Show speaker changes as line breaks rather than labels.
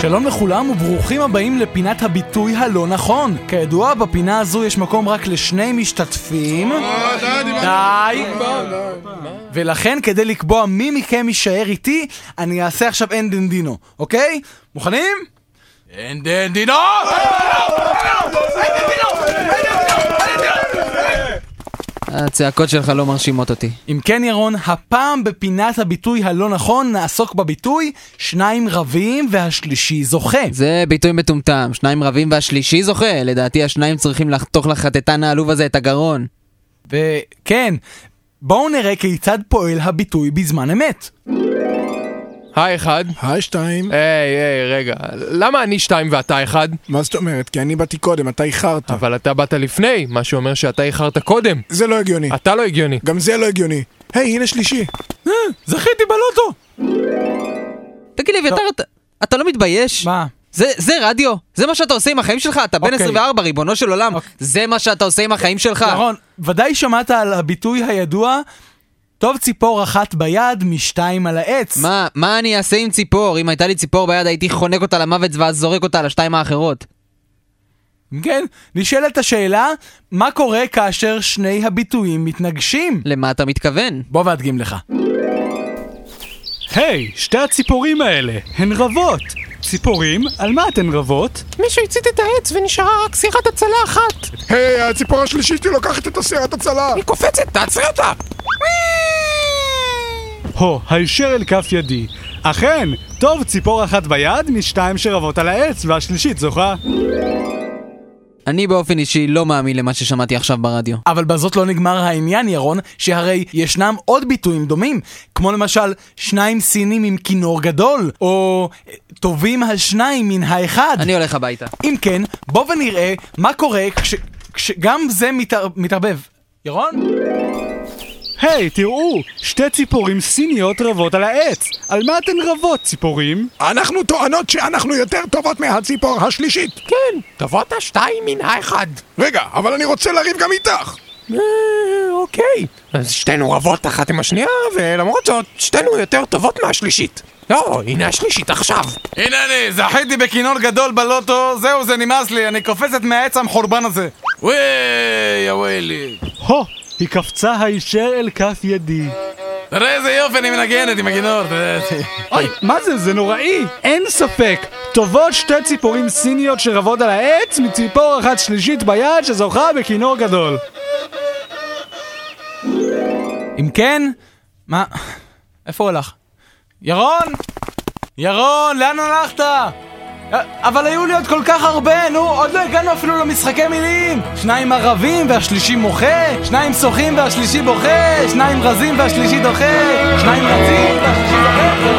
שלום לכולם וברוכים הבאים לפינת הביטוי הלא נכון. כידוע, בפינה הזו יש מקום רק לשני משתתפים. אה, די. אה, ולכן, כדי לקבוע מי מכם יישאר איתי, אני אעשה עכשיו אין דין דינו, אוקיי? מוכנים? אין דין דינו!
הצעקות שלך לא מרשימות אותי.
אם כן, ירון, הפעם בפינת הביטוי הלא נכון נעסוק בביטוי שניים רבים והשלישי זוכה.
זה ביטוי מטומטם, שניים רבים והשלישי זוכה. לדעתי השניים צריכים לחתוך לחטטן העלוב הזה את הגרון.
וכן, בואו נראה כיצד פועל הביטוי בזמן אמת.
היי אחד.
היי שתיים.
היי, היי, רגע. למה אני שתיים ואתה אחד?
מה זאת אומרת? כי אני באתי קודם, אתה איחרת.
אבל אתה באת לפני, מה שאומר שאתה איחרת קודם.
זה לא הגיוני.
אתה לא הגיוני.
גם זה לא הגיוני. היי, הנה שלישי.
זכיתי בלוטו!
תגיד לי, אביתר, אתה- אתה לא מתבייש?
מה?
זה, זה רדיו? זה מה שאתה עושה עם החיים שלך? אתה בן
אוקיי.
24, ריבונו של עולם.
אוקיי.
זה מה שאתה עושה עם החיים שלך?
נכון.
ירון, ודאי שמעת על הביטוי הידוע, טוב ציפור אחת ביד משתיים על העץ.
מה, מה אני אעשה עם ציפור? אם הייתה לי ציפור ביד הייתי חונק אותה למוות ואז זורק אותה על השתיים האחרות.
אם כן, נשאלת השאלה, מה קורה כאשר שני הביטויים מתנגשים?
למה אתה מתכוון?
בוא ואדגים לך.
היי, שתי הציפורים האלה, הן רבות. ציפורים? על מה אתן רבות?
מישהו הצית את העץ ונשארה רק סירת הצלה אחת.
היי, הציפור השלישית היא לוקחת את הסירת הצלה.
היא קופצת, תעצרי אותה!
הו, הישר אל כף ידי. אכן, טוב ציפור אחת ביד משתיים שרבות על העץ, והשלישית זוכה.
אני באופן אישי לא מאמין למה ששמעתי עכשיו ברדיו.
אבל בזאת לא נגמר העניין, ירון, שהרי ישנם עוד ביטויים דומים, כמו למשל, שניים סינים עם כינור גדול, או אה, טובים השניים מן האחד.
אני הולך הביתה.
אם כן, בוא ונראה מה קורה כש... כשגם זה מתער... מתערבב. ירון?
היי, תראו, שתי ציפורים סיניות רבות על העץ. על מה אתן רבות, ציפורים?
אנחנו טוענות שאנחנו יותר טובות מהציפור השלישית.
תבואת שתיים כן, מן האחד.
רגע, אבל אני רוצה לריב גם איתך.
אוקיי. אז שתינו רבות אחת עם השנייה, ולמרות זאת, שתינו יותר טובות מהשלישית. לא, הנה השלישית עכשיו.
הנה אני, זכיתי בכינור גדול בלוטו, זהו, זה נמאס לי, אני קופצת מהעץ המחורבן הזה. וואי, הווילי.
הו, היא קפצה הישר אל כף ידי.
תראה איזה יופי אני מנגנת עם הכינור.
אוי, מה זה? זה נוראי! אין ספק! טובות שתי ציפורים סיניות שרבות על העץ, מציפור אחת שלישית ביד שזוכה בכינור גדול.
אם כן, מה? איפה הוא הלך? ירון! ירון, לאן הלכת? אה, אבל היו לי עוד כל כך הרבה, נו, עוד לא הגענו אפילו למשחקי מילים! שניים ערבים והשלישי מוחה, שניים שוחים והשלישי בוכה, שניים רזים והשלישי דוחה, שניים רצים והשלישי דוחה.